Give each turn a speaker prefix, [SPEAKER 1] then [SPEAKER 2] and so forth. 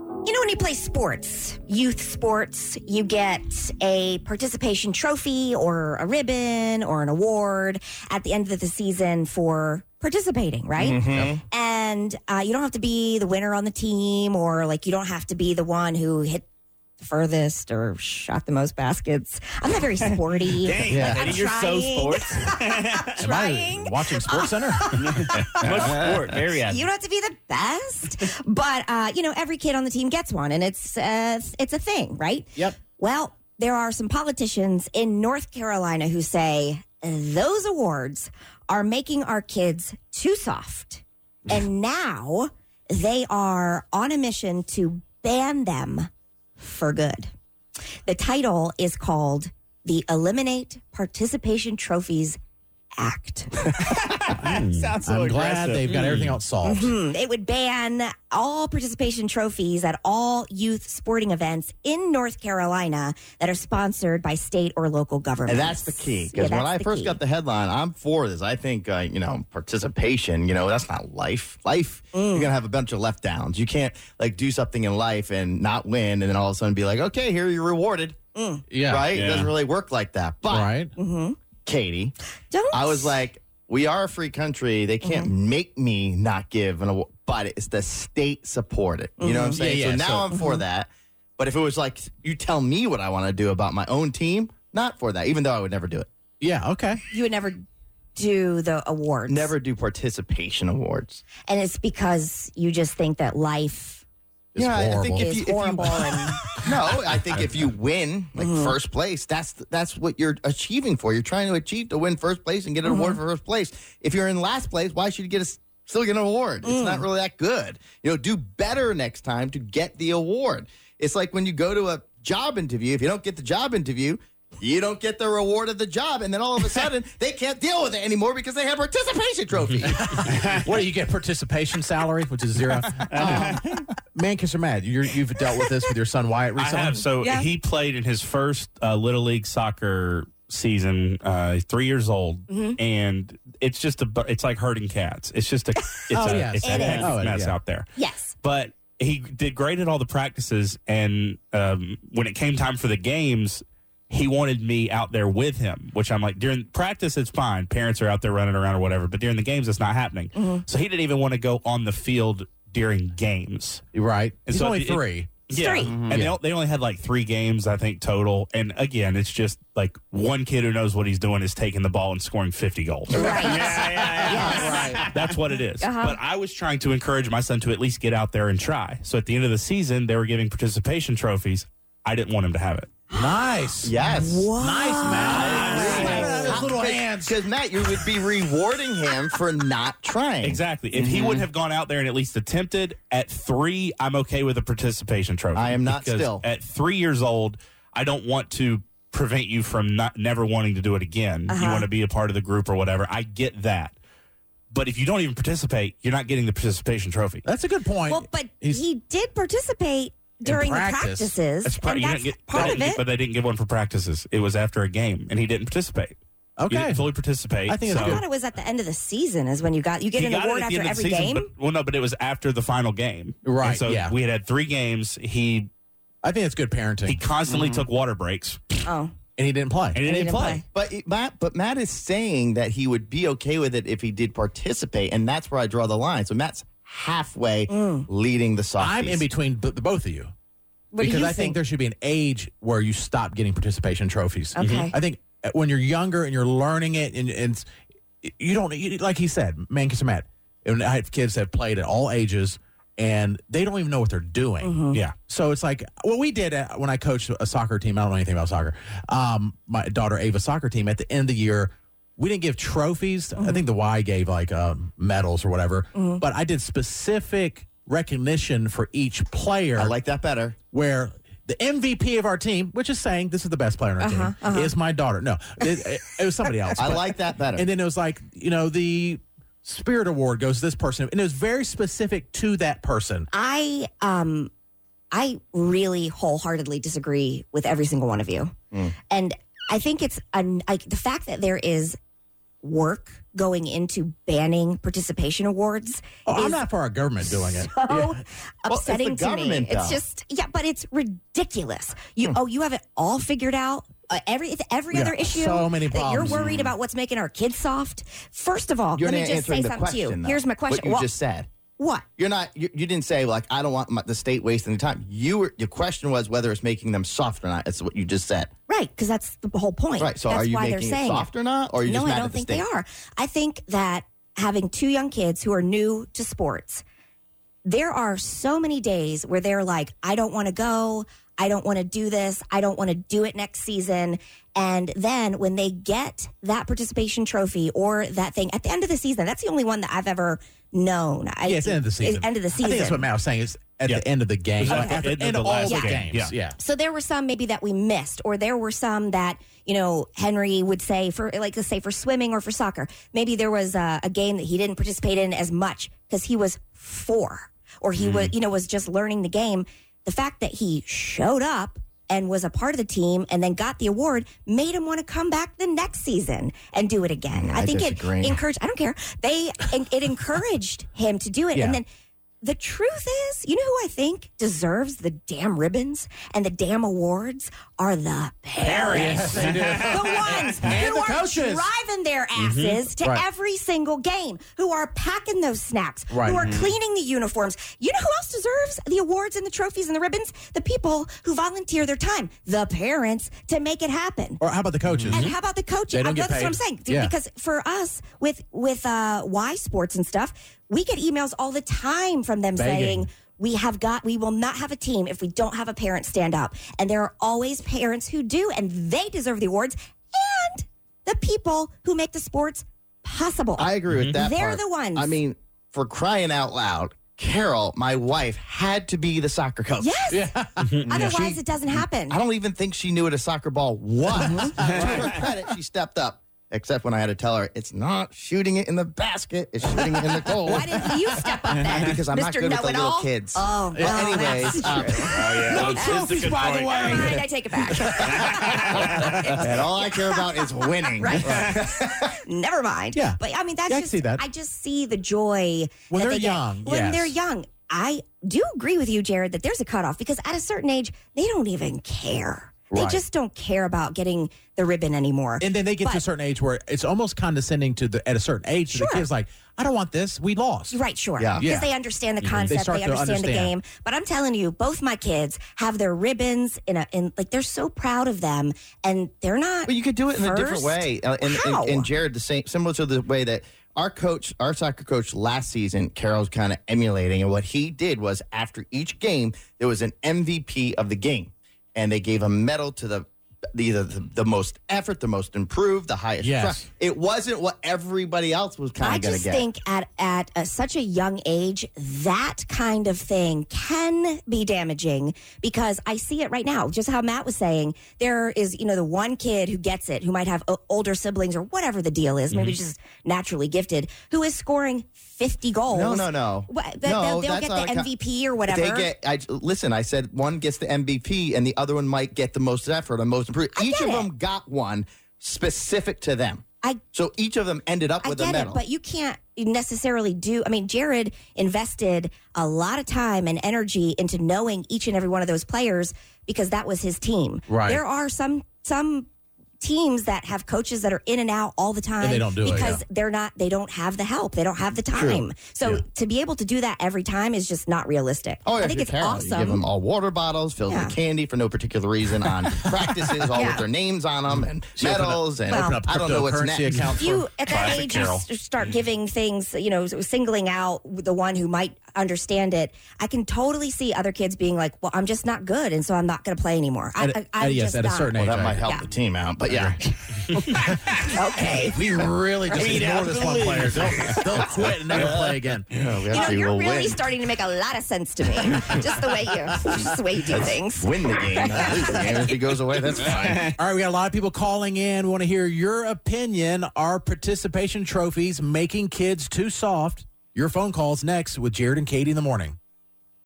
[SPEAKER 1] You know, when you play sports, youth sports, you get a participation trophy or a ribbon or an award at the end of the season for participating, right? And uh, you don't have to be the winner on the team or like you don't have to be the one who hit the furthest or shot the most baskets. I'm not very sporty.
[SPEAKER 2] Dang,
[SPEAKER 3] Yeah.
[SPEAKER 1] I'm
[SPEAKER 2] Eddie, you're so
[SPEAKER 1] trying.
[SPEAKER 2] sports.
[SPEAKER 3] Am I
[SPEAKER 1] Trying.
[SPEAKER 3] watching Sports Center?
[SPEAKER 2] Much sport, very
[SPEAKER 1] You
[SPEAKER 2] athletic.
[SPEAKER 1] don't have to be the best, but uh, you know every kid on the team gets one, and it's uh, it's a thing, right?
[SPEAKER 3] Yep.
[SPEAKER 1] Well, there are some politicians in North Carolina who say those awards are making our kids too soft, and now they are on a mission to ban them for good. The title is called the Eliminate Participation Trophies Act.
[SPEAKER 2] Sounds so
[SPEAKER 3] I'm glad
[SPEAKER 2] aggressive.
[SPEAKER 3] they've got everything else solved.
[SPEAKER 1] Hmm, It would ban all participation trophies at all youth sporting events in North Carolina that are sponsored by state or local governments.
[SPEAKER 4] And that's the key.
[SPEAKER 1] Yeah,
[SPEAKER 4] Because when
[SPEAKER 1] that's
[SPEAKER 4] I
[SPEAKER 1] the
[SPEAKER 4] first
[SPEAKER 1] key.
[SPEAKER 4] got the headline, I'm for this. I think, uh, you know, participation, you know, that's not life. Life, you're
[SPEAKER 1] Mm.
[SPEAKER 4] going to have a bunch of left downs. You can't, like, do something in life and not win and then all of a sudden be like, okay, here you're rewarded.
[SPEAKER 3] Yeah.
[SPEAKER 4] Right?
[SPEAKER 2] Mm-hmm. Yeah.
[SPEAKER 4] It doesn't really work like that. But,
[SPEAKER 3] Right.
[SPEAKER 4] Katie,
[SPEAKER 1] Don't,
[SPEAKER 4] I was like, we are a free country. They
[SPEAKER 1] Mm-hmm.
[SPEAKER 4] can't make me not give an award, but it's the state supported. You know what I'm
[SPEAKER 1] Mm-hmm.
[SPEAKER 3] Mhm. Yeah,
[SPEAKER 4] saying?
[SPEAKER 3] yeah,
[SPEAKER 4] so now
[SPEAKER 3] so-
[SPEAKER 4] I'm for that. But if it was like, you tell me what I want to do about my own team, not for that, even though I would never do it.
[SPEAKER 3] Yeah. Okay.
[SPEAKER 1] you would never do the awards.
[SPEAKER 4] Never do participation awards.
[SPEAKER 1] And it's because you just think that life
[SPEAKER 3] It's horrible.
[SPEAKER 1] is horrible. Mm. and
[SPEAKER 4] no, I think if you win, like first place, that's that's what you're achieving for. You're trying to achieve to win first place and get an
[SPEAKER 1] Mm-hmm.
[SPEAKER 4] award for first place. If you're in last place, why should you get a s- still get an award? It's
[SPEAKER 1] Mm.
[SPEAKER 4] not really that good. You know, do better next time to get the award. It's like when you go to a job interview. If you don't get the job interview. You don't get the reward of the job, and then all of a sudden they can't deal with it anymore because they have participation trophy.
[SPEAKER 3] What do you get? Participation salary, which is zero. Um, man, because you're mad. You're, you've dealt with this with your son Wyatt
[SPEAKER 2] I
[SPEAKER 3] recently.
[SPEAKER 2] have. So
[SPEAKER 1] Yeah.
[SPEAKER 2] he played in his first uh, little league soccer season, uh, three years old,
[SPEAKER 1] Mm-hmm.
[SPEAKER 2] and it's just a. bu- It's like herding cats. It's just a. It's
[SPEAKER 3] Oh,
[SPEAKER 2] a,
[SPEAKER 3] yes.
[SPEAKER 2] it's a
[SPEAKER 1] It
[SPEAKER 2] heck
[SPEAKER 1] is.
[SPEAKER 2] of a
[SPEAKER 3] Oh,
[SPEAKER 2] mess
[SPEAKER 3] yeah.
[SPEAKER 2] out there.
[SPEAKER 1] yes.
[SPEAKER 2] But he did great at all the practices, and um, when it came time for the games. He wanted me out there with him, which I'm like, during practice, it's fine. Parents are out there running around or whatever, but during the games, it's not happening. So he didn't even want to go on the field during games.
[SPEAKER 3] Right.
[SPEAKER 2] And
[SPEAKER 3] He's
[SPEAKER 2] so
[SPEAKER 3] only
[SPEAKER 2] it-
[SPEAKER 3] three.
[SPEAKER 1] Three.
[SPEAKER 2] And they, o- they only had like three games, I think, total. And again, it's just like one kid who knows what he's doing is taking the ball and scoring 50 goals.
[SPEAKER 1] Right.
[SPEAKER 2] That's what it is.
[SPEAKER 1] Uh-huh.
[SPEAKER 2] But I was trying to encourage my son to at least get out there and try. So at the end of the season, they were giving participation trophies. I didn't want him to have it.
[SPEAKER 3] Nice.
[SPEAKER 4] yes,
[SPEAKER 3] Nice, man. Those little hands.
[SPEAKER 4] because Matt, you would be rewarding him for not trying.
[SPEAKER 2] Exactly. If he would have gone out there and at least attempted at three, I'm okay with a participation trophy.
[SPEAKER 4] I am not
[SPEAKER 2] Because
[SPEAKER 4] still.
[SPEAKER 2] At three years old, I don't want to prevent you from not never wanting to do it again. You want to be a part of the group or whatever. I get that. But if you don't even participate, you're not getting the participation trophy.
[SPEAKER 3] That's a good point.
[SPEAKER 1] Well, but
[SPEAKER 3] He's-
[SPEAKER 1] he did participate during
[SPEAKER 3] practice.
[SPEAKER 1] the practices.
[SPEAKER 2] That's part,
[SPEAKER 1] and
[SPEAKER 2] you
[SPEAKER 1] that's
[SPEAKER 2] didn't get, they
[SPEAKER 1] part of
[SPEAKER 2] didn't get-
[SPEAKER 1] it.
[SPEAKER 2] but they didn't give one for practices. It was after a game, and he didn't participate. He
[SPEAKER 3] okay.
[SPEAKER 2] didn't fully participate.
[SPEAKER 3] I think it's
[SPEAKER 2] so-
[SPEAKER 1] I
[SPEAKER 3] good.
[SPEAKER 1] thought it was at the end of the season is when you got you get
[SPEAKER 2] He
[SPEAKER 1] an
[SPEAKER 2] got it
[SPEAKER 1] award
[SPEAKER 2] at the
[SPEAKER 1] after
[SPEAKER 2] end of
[SPEAKER 1] every
[SPEAKER 2] the season,
[SPEAKER 1] game.
[SPEAKER 2] but- well, no, but it was after the final game,
[SPEAKER 3] Right,
[SPEAKER 2] And so
[SPEAKER 3] yeah.
[SPEAKER 2] we had had three games. He
[SPEAKER 3] I think it's good parenting.
[SPEAKER 2] he constantly took water breaks,
[SPEAKER 1] oh,
[SPEAKER 3] and he didn't play.
[SPEAKER 2] and he
[SPEAKER 1] he
[SPEAKER 2] didn't,
[SPEAKER 1] didn't
[SPEAKER 2] play.
[SPEAKER 1] play.
[SPEAKER 4] But it- Matt, but Matt is saying that he would be okay with it if he did participate, and that's where I draw the line. So Matt's halfway leading the softies.
[SPEAKER 3] Mm. I'm in between b- the both of you.
[SPEAKER 1] what
[SPEAKER 3] because
[SPEAKER 1] do you
[SPEAKER 3] I think? there should be an age where you stop getting participation trophies.
[SPEAKER 1] Okay.
[SPEAKER 3] I think uh, when you're younger and you're learning it, and, and it's- you don't, you, like he said, man, kiss Matt. And I have kids that have played at all ages, and they don't even know what they're doing.
[SPEAKER 1] Mm-hmm.
[SPEAKER 2] Yeah.
[SPEAKER 3] So it's like what we did at, when I coached a soccer team. I don't know anything about soccer. Um, my daughter Ava's soccer team at the end of the year, we didn't give trophies.
[SPEAKER 1] Mm-hmm.
[SPEAKER 3] I think the Y gave like um, medals or whatever, but I did specific recognition for each player
[SPEAKER 4] I like that better.
[SPEAKER 3] where the MVP of our team, which is saying this is the best player on our
[SPEAKER 1] Uh-huh,
[SPEAKER 3] team, is my daughter. No, it, it- it was somebody else.
[SPEAKER 4] I
[SPEAKER 3] but-
[SPEAKER 4] like that better.
[SPEAKER 3] And then it was like, you know, the Spirit Award goes to this person, and it was very specific to that person.
[SPEAKER 1] I um I really wholeheartedly disagree
[SPEAKER 4] Hmm.
[SPEAKER 1] with every single one of you. And I think it's an, like the fact that there is work going into banning participation awards
[SPEAKER 3] Oh, I'm
[SPEAKER 1] is
[SPEAKER 3] not for our government doing it.
[SPEAKER 1] so upsetting
[SPEAKER 4] it's the
[SPEAKER 1] to me.
[SPEAKER 4] government,
[SPEAKER 1] It's
[SPEAKER 4] though. Hmm.
[SPEAKER 1] just yeah, but it's ridiculous. You oh, you have it all figured out. Uh, every it's every
[SPEAKER 3] Yeah,
[SPEAKER 1] other issue
[SPEAKER 3] so many
[SPEAKER 1] that you're
[SPEAKER 3] problems.
[SPEAKER 1] worried about what's making our kids soft. First of all,
[SPEAKER 4] Hmm. You're
[SPEAKER 1] let me
[SPEAKER 4] not
[SPEAKER 1] just say
[SPEAKER 4] answering the
[SPEAKER 1] something to you.
[SPEAKER 4] question. though,
[SPEAKER 1] Here's my question.
[SPEAKER 4] What you
[SPEAKER 1] Well,
[SPEAKER 4] just said.
[SPEAKER 1] what?
[SPEAKER 4] You're not. You, you didn't say like I don't want my, the state wasting the time. You were. Your question was whether it's making them soft or not. It's what you just said.
[SPEAKER 1] Right, because that's the whole point.
[SPEAKER 4] Right. So
[SPEAKER 1] that's
[SPEAKER 4] are you
[SPEAKER 1] why they're
[SPEAKER 4] making it
[SPEAKER 1] saying it.
[SPEAKER 4] soft or not? Or are you
[SPEAKER 1] no,
[SPEAKER 4] just mad
[SPEAKER 1] I
[SPEAKER 4] at
[SPEAKER 1] don't
[SPEAKER 4] the
[SPEAKER 1] think
[SPEAKER 4] state?
[SPEAKER 1] they are. I think that having two young kids who are new to sports, there are so many days where they're like, I don't want to go. I don't want to do this. I don't want to do it next season. And then when they get that participation trophy or that thing at the end of the season, that's the only one that I've ever known. I,
[SPEAKER 3] Yeah, it's end of the
[SPEAKER 1] it's
[SPEAKER 3] season.
[SPEAKER 1] end of the season.
[SPEAKER 3] I think that's what Matt was saying. Is at
[SPEAKER 2] Yeah.
[SPEAKER 3] the end of the game.
[SPEAKER 2] It's at the
[SPEAKER 3] At
[SPEAKER 2] end of
[SPEAKER 3] end
[SPEAKER 2] the
[SPEAKER 3] of all
[SPEAKER 2] last
[SPEAKER 3] the
[SPEAKER 2] game.
[SPEAKER 3] games.
[SPEAKER 2] Yeah.
[SPEAKER 3] yeah.
[SPEAKER 1] So there were some maybe that we missed, or there were some that you know Henry would say for like let's say for swimming or for soccer. Maybe there was a, a game that he didn't participate in as much because he was four, or he was you know was just learning the game. The fact that he showed up and was a part of the team and then got the award made him want to come back the next season and do it again. I, think
[SPEAKER 4] disagree.
[SPEAKER 1] it encouraged. I don't care. They it, it encouraged him to do it,
[SPEAKER 3] Yeah.
[SPEAKER 1] and then. The truth is, you know who I think deserves the damn ribbons and the damn awards are the parents. the ones
[SPEAKER 3] And
[SPEAKER 1] who
[SPEAKER 3] the
[SPEAKER 1] are
[SPEAKER 3] coaches. Mm-hmm.
[SPEAKER 1] driving their asses to
[SPEAKER 3] Right.
[SPEAKER 1] every single game, who are packing those snacks,
[SPEAKER 3] Right. Mm-hmm.
[SPEAKER 1] who are cleaning the uniforms. You know who else deserves the awards and the trophies and the ribbons? The people who volunteer their time, the parents, to make it happen.
[SPEAKER 3] Or how about the coaches?
[SPEAKER 4] Mm-hmm.
[SPEAKER 1] And how about the coaches?
[SPEAKER 3] They don't
[SPEAKER 1] I know
[SPEAKER 3] get
[SPEAKER 1] that's what I'm
[SPEAKER 3] paid.
[SPEAKER 1] saying. Dude,
[SPEAKER 3] Yeah.
[SPEAKER 1] Because for us with with uh, Y Sports and stuff, we get emails all the time from them
[SPEAKER 3] Begging.
[SPEAKER 1] saying we have got we will not have a team if we don't have a parent stand up. And there are always parents who do, and they deserve the awards and the people who make the sports possible.
[SPEAKER 4] I agree with that.
[SPEAKER 1] They're
[SPEAKER 4] part.
[SPEAKER 1] the ones.
[SPEAKER 4] I mean, for crying out loud, Carol, my wife, had to be the soccer coach.
[SPEAKER 1] yes. Otherwise, it doesn't happen.
[SPEAKER 4] I don't even think she knew what a soccer ball was.
[SPEAKER 1] Uh-huh.
[SPEAKER 4] to her credit, she stepped up. Except when I had to tell her it's not shooting it in the basket, it's shooting it in the goal.
[SPEAKER 1] Why didn't you step up then?
[SPEAKER 4] because I'm
[SPEAKER 1] Mr.
[SPEAKER 4] not good with the little
[SPEAKER 1] Know-it-all?
[SPEAKER 4] kids.
[SPEAKER 1] Oh,
[SPEAKER 4] Well,
[SPEAKER 1] well,
[SPEAKER 4] anyways,
[SPEAKER 1] that's
[SPEAKER 4] um,
[SPEAKER 2] yeah.
[SPEAKER 3] trophies, by the
[SPEAKER 1] Never
[SPEAKER 3] way.
[SPEAKER 1] mind, I take it back.
[SPEAKER 4] and all I care about is winning.
[SPEAKER 1] Right. Never mind.
[SPEAKER 3] Yeah.
[SPEAKER 1] But I mean, that's
[SPEAKER 3] Yeah, I
[SPEAKER 1] just,
[SPEAKER 3] see that.
[SPEAKER 1] I just see the joy
[SPEAKER 3] When
[SPEAKER 1] that
[SPEAKER 3] they're
[SPEAKER 1] they get.
[SPEAKER 3] young,
[SPEAKER 1] When
[SPEAKER 3] yes.
[SPEAKER 1] they're young, I do agree with you, Jared, that there's a cutoff because at a certain age, they don't even care.
[SPEAKER 3] Right.
[SPEAKER 1] They just don't care about getting the ribbon anymore.
[SPEAKER 3] And then they get to a
[SPEAKER 1] But-
[SPEAKER 3] certain age where it's almost condescending to the at a certain age to the kids like, I don't want this. We lost.
[SPEAKER 1] Right, sure.
[SPEAKER 4] Yeah.
[SPEAKER 1] Because
[SPEAKER 3] Yeah.
[SPEAKER 1] they understand the concept, they,
[SPEAKER 3] start to
[SPEAKER 1] understand the
[SPEAKER 3] understand.
[SPEAKER 1] game. But I'm telling you, both my kids have their ribbons in a in like they're so proud of them and they're not
[SPEAKER 4] But you could do it in a different
[SPEAKER 1] First?
[SPEAKER 4] way. Uh, And,
[SPEAKER 1] How?
[SPEAKER 4] and, and Jared, the same, similar to the way that our coach, our soccer coach last season, Carol's kind of emulating. And what he did was after each game, there was an MVP of the game. And they gave a medal to the either the, the most effort, the most improved, the highest.
[SPEAKER 3] Yes.
[SPEAKER 4] try. It wasn't what everybody else was kind
[SPEAKER 1] I
[SPEAKER 4] of going to
[SPEAKER 1] just
[SPEAKER 4] get.
[SPEAKER 1] think at at uh, such a young age, that kind of thing can be damaging because I see it right now. Just how Matt was saying, there is you know the one kid who gets it, who might have o- older siblings or whatever the deal is,
[SPEAKER 4] Mm-hmm.
[SPEAKER 1] maybe just naturally gifted, who is scoring fifty goals.
[SPEAKER 4] no, no, no.
[SPEAKER 1] Wha- but
[SPEAKER 4] No,
[SPEAKER 1] they'll, they'll
[SPEAKER 4] that's
[SPEAKER 1] get
[SPEAKER 4] not
[SPEAKER 1] the
[SPEAKER 4] a co-
[SPEAKER 1] MVP or whatever.
[SPEAKER 4] They get. I listen. I said one gets the MVP, and the other one might get the most effort and most improved. Each
[SPEAKER 1] get
[SPEAKER 4] of
[SPEAKER 1] it.
[SPEAKER 4] them got one specific to them.
[SPEAKER 1] I
[SPEAKER 4] So each of them ended up
[SPEAKER 1] I
[SPEAKER 4] with
[SPEAKER 1] get
[SPEAKER 4] a medal.
[SPEAKER 1] it, but you can't necessarily do. I mean, Jared invested a lot of time and energy into knowing each and every one of those players because that was his team.
[SPEAKER 3] Right.
[SPEAKER 1] There are some some teams that have coaches that are in and out all the time
[SPEAKER 3] they don't do it,
[SPEAKER 1] because
[SPEAKER 3] yeah.
[SPEAKER 1] they're not they don't have the help they don't have the time so to be able to do that every time is just not realistic
[SPEAKER 4] Oh, yeah,
[SPEAKER 1] i think
[SPEAKER 4] if
[SPEAKER 1] it's
[SPEAKER 4] you're Carol, You give
[SPEAKER 1] awesome
[SPEAKER 4] them all water bottles filled
[SPEAKER 1] Yeah.
[SPEAKER 4] with candy for no particular reason on practices, all
[SPEAKER 1] Yeah.
[SPEAKER 4] with their names on them,
[SPEAKER 3] opened
[SPEAKER 4] and
[SPEAKER 3] up-
[SPEAKER 4] medals, and
[SPEAKER 1] Well-
[SPEAKER 4] I don't know what's next.
[SPEAKER 3] cryptocurrency account
[SPEAKER 1] if you
[SPEAKER 3] for-
[SPEAKER 1] at that
[SPEAKER 2] Classic
[SPEAKER 1] age you
[SPEAKER 2] Carol.
[SPEAKER 1] s-
[SPEAKER 3] Mm-hmm.
[SPEAKER 1] start giving things you know singling out the one who might understand it i can totally see other kids being like well i'm just not good and so i'm not going to play anymore I,
[SPEAKER 3] At a-
[SPEAKER 1] I, i'm
[SPEAKER 3] at- yes,
[SPEAKER 1] just
[SPEAKER 3] at a
[SPEAKER 1] not.
[SPEAKER 3] certain
[SPEAKER 4] Well,
[SPEAKER 3] age.
[SPEAKER 4] that might help
[SPEAKER 1] Yeah.
[SPEAKER 4] the team out, but yeah.
[SPEAKER 1] okay
[SPEAKER 3] We really just ignore this one player. They'll, they'll quit and never play again.
[SPEAKER 4] we
[SPEAKER 1] you know
[SPEAKER 4] actually
[SPEAKER 1] you're
[SPEAKER 4] will
[SPEAKER 1] really
[SPEAKER 4] win.
[SPEAKER 1] starting to make a lot of sense to me just the way you just the way you do things
[SPEAKER 4] win the game, not lose the game. If he goes away, that's fine.
[SPEAKER 3] All right, we got a lot of people calling in. We want to hear your opinion. Are participation trophies making kids too soft? Your phone calls next with Jared and Katie in the morning.